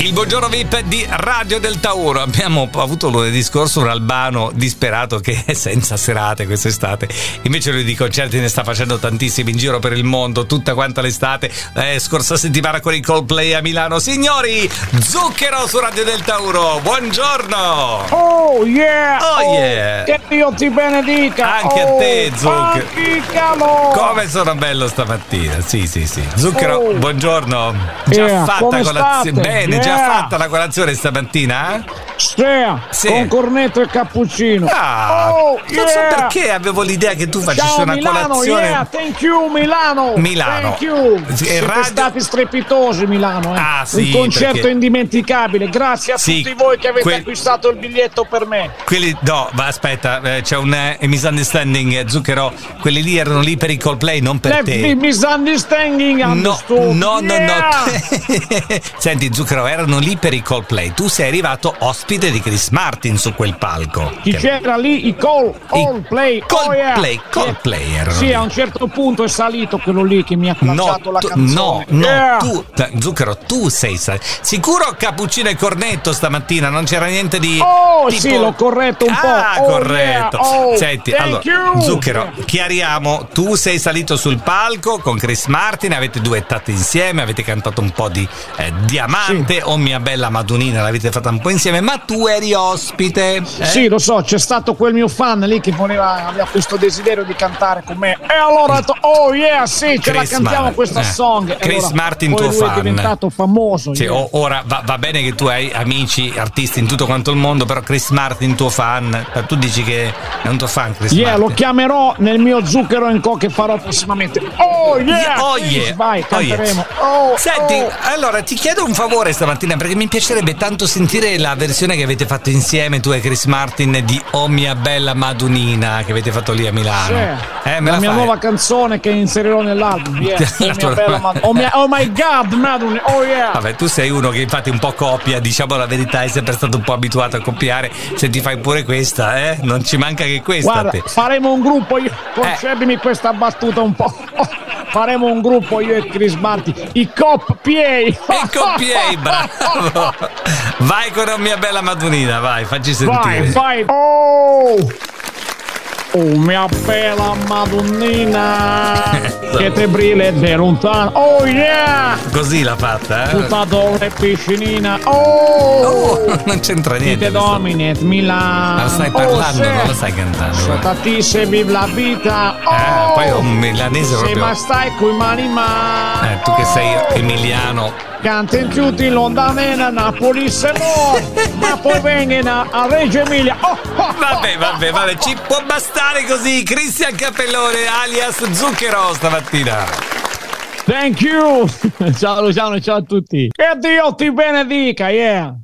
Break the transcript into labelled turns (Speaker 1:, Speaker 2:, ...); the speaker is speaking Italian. Speaker 1: Il buongiorno VIP di Radio del Tauro. Abbiamo avuto lunedì scorso un Albano disperato che è senza serate quest'estate. Invece lui di concerti ne sta facendo tantissimi in giro per il mondo, tutta quanta l'estate. Eh, scorsa settimana con i Coldplay a Milano. Signori, zucchero su Radio del Tauro. Buongiorno.
Speaker 2: Oh yeah!
Speaker 1: Oh, yeah.
Speaker 2: Che Dio ti benedica!
Speaker 1: Anche a
Speaker 2: Oh,
Speaker 1: te, Zuc.
Speaker 2: baccicalo!
Speaker 1: Come sono bello stamattina. Sì, sì, sì. Zucchero,
Speaker 2: Oh.
Speaker 1: buongiorno. Già
Speaker 2: Yeah,
Speaker 1: fatta
Speaker 2: come
Speaker 1: colazione.
Speaker 2: state?
Speaker 1: Bene, già
Speaker 2: Yeah.
Speaker 1: fatta la colazione stamattina? eh?
Speaker 2: Stea,
Speaker 1: Sì.
Speaker 2: con cornetto e cappuccino!
Speaker 1: Ah,
Speaker 2: Oh,
Speaker 1: non so
Speaker 2: yeah.
Speaker 1: perché avevo l'idea che tu facessi
Speaker 2: Ciao
Speaker 1: una
Speaker 2: Milano,
Speaker 1: colazione.
Speaker 2: yeah, thank you Milano!
Speaker 1: Milano.
Speaker 2: Thank you!
Speaker 1: Sì, e
Speaker 2: Siete
Speaker 1: radio-
Speaker 2: stati strepitosi Milano, eh.
Speaker 1: Ah, sì,
Speaker 2: Un concerto
Speaker 1: perché-
Speaker 2: indimenticabile, grazie a
Speaker 1: Sì,
Speaker 2: tutti voi che avete
Speaker 1: quel-
Speaker 2: acquistato il biglietto per me!
Speaker 1: Quelli, no, ma aspetta, eh, c'è un eh, misunderstanding, eh, Zucchero. Quelli lì erano lì per i Coldplay, non per
Speaker 2: Let me
Speaker 1: te.
Speaker 2: misunderstanding
Speaker 1: No, no,
Speaker 2: understood.
Speaker 1: no, no.
Speaker 2: Yeah.
Speaker 1: Senti, Zucchero, erano lì per i Coldplay. Tu sei arrivato ospite di Chris Martin su quel palco.
Speaker 2: Chi
Speaker 1: Che-
Speaker 2: c'era lì? I call, all play, oh yeah.
Speaker 1: Coldplay, Coldplay erano
Speaker 2: Sì,
Speaker 1: lì.
Speaker 2: a un certo punto è salito quello lì che mi ha
Speaker 1: No,
Speaker 2: lanciato la
Speaker 1: tu- no,
Speaker 2: canzone.
Speaker 1: no,
Speaker 2: Yeah.
Speaker 1: tu, ta- Zucchero, tu sei sa- sicuro cappuccino e cornetto stamattina, non c'era niente di
Speaker 2: Oh,
Speaker 1: tipo-
Speaker 2: sì, l'ho corretto un po'.
Speaker 1: Ah,
Speaker 2: Oh,
Speaker 1: corretto.
Speaker 2: yeah. Oh,
Speaker 1: Senti,
Speaker 2: thank
Speaker 1: allora,
Speaker 2: you.
Speaker 1: Zucchero, chiariamo, tu sei salito sul palco con Chris Martin, avete duettato insieme, avete cantato un po' di eh, Diamante, oh mia bella Madunina, l'avete fatta un po' insieme, ma tu eri ospite. eh?
Speaker 2: Sì, lo so, c'è stato quel mio fan lì che voleva, aveva questo desiderio di cantare con me. E allora ho detto, oh yeah, sì, ce la
Speaker 1: Chris
Speaker 2: cantiamo
Speaker 1: Martin,
Speaker 2: questa
Speaker 1: eh.
Speaker 2: song. E
Speaker 1: Chris
Speaker 2: allora,
Speaker 1: Martin,
Speaker 2: poi
Speaker 1: tuo
Speaker 2: lui
Speaker 1: fan.
Speaker 2: è diventato famoso.
Speaker 1: Sì, oh,
Speaker 2: yeah.
Speaker 1: o- ora va, va bene che tu hai amici, artisti in tutto quanto il mondo, però Chris Martin, tuo fan, eh, tu dici che è un tuo fan Chris
Speaker 2: Yeah, lo
Speaker 1: Martin.
Speaker 2: chiamerò nel mio zucchero in co che farò prossimamente. Oh yeah!
Speaker 1: Oh,
Speaker 2: Chris,
Speaker 1: yeah.
Speaker 2: Vai,
Speaker 1: Oh, yeah.
Speaker 2: canteremo. Oh,
Speaker 1: Senti,
Speaker 2: oh.
Speaker 1: allora ti chiedo un favore stamattina perché mi piacerebbe tanto sentire la versione che avete fatto insieme tu e Chris Martin di Oh mia bella Madunina che avete fatto lì a
Speaker 2: Sì,
Speaker 1: Milano. Eh, me
Speaker 2: Cioè, la,
Speaker 1: la
Speaker 2: mia
Speaker 1: fai?
Speaker 2: nuova canzone che inserirò nell'album. yeah.
Speaker 1: La
Speaker 2: Oh, mia
Speaker 1: tua-
Speaker 2: bella Madonna. oh, mia- oh my god, Madonna. Oh yeah.
Speaker 1: Vabbè, tu sei uno che infatti un po' copia, diciamo la verità, è sempre stato un po' abituato a copiare. Se ti fai pure questa, eh? Non ci manca che questa a
Speaker 2: Guarda,
Speaker 1: te.
Speaker 2: faremo un gruppo. Io, concedimi
Speaker 1: Eh.
Speaker 2: questa battuta un po'. Faremo un gruppo io e Chris Martin, i Cop PA.
Speaker 1: E copiei, bravo! Vai con la mia bella Madunina, vai, facci sentire.
Speaker 2: Vai, vai. Oh! Oh mia bella madonnina che te brille de lontano. Oh yeah!
Speaker 1: Così l'ha fatta, eh?
Speaker 2: Puttadone piscinina. Oh!
Speaker 1: Oh, non c'entra niente.
Speaker 2: Te
Speaker 1: questo.
Speaker 2: dominet Milano.
Speaker 1: Ma stai
Speaker 2: Oh,
Speaker 1: parlando,
Speaker 2: sì.
Speaker 1: non lo stai cantando. guarda.
Speaker 2: Tati se vive la vita.
Speaker 1: Eh,
Speaker 2: Oh!
Speaker 1: poi è un milanese
Speaker 2: Se
Speaker 1: proprio.
Speaker 2: ma stai coi mani ma.
Speaker 1: Eh, tu che
Speaker 2: Oh!
Speaker 1: sei emiliano.
Speaker 2: Canta in tutti Londanena, Napoli se no. ma poi venga a Reggio Emilia. Oh, oh,
Speaker 1: Vabbè, vabbè, vabbè, ci può bastare così. Cristian Cappellone, alias Zucchero stamattina.
Speaker 2: Thank you. ciao Luciano, ciao a tutti. Che Dio ti benedica, yeah.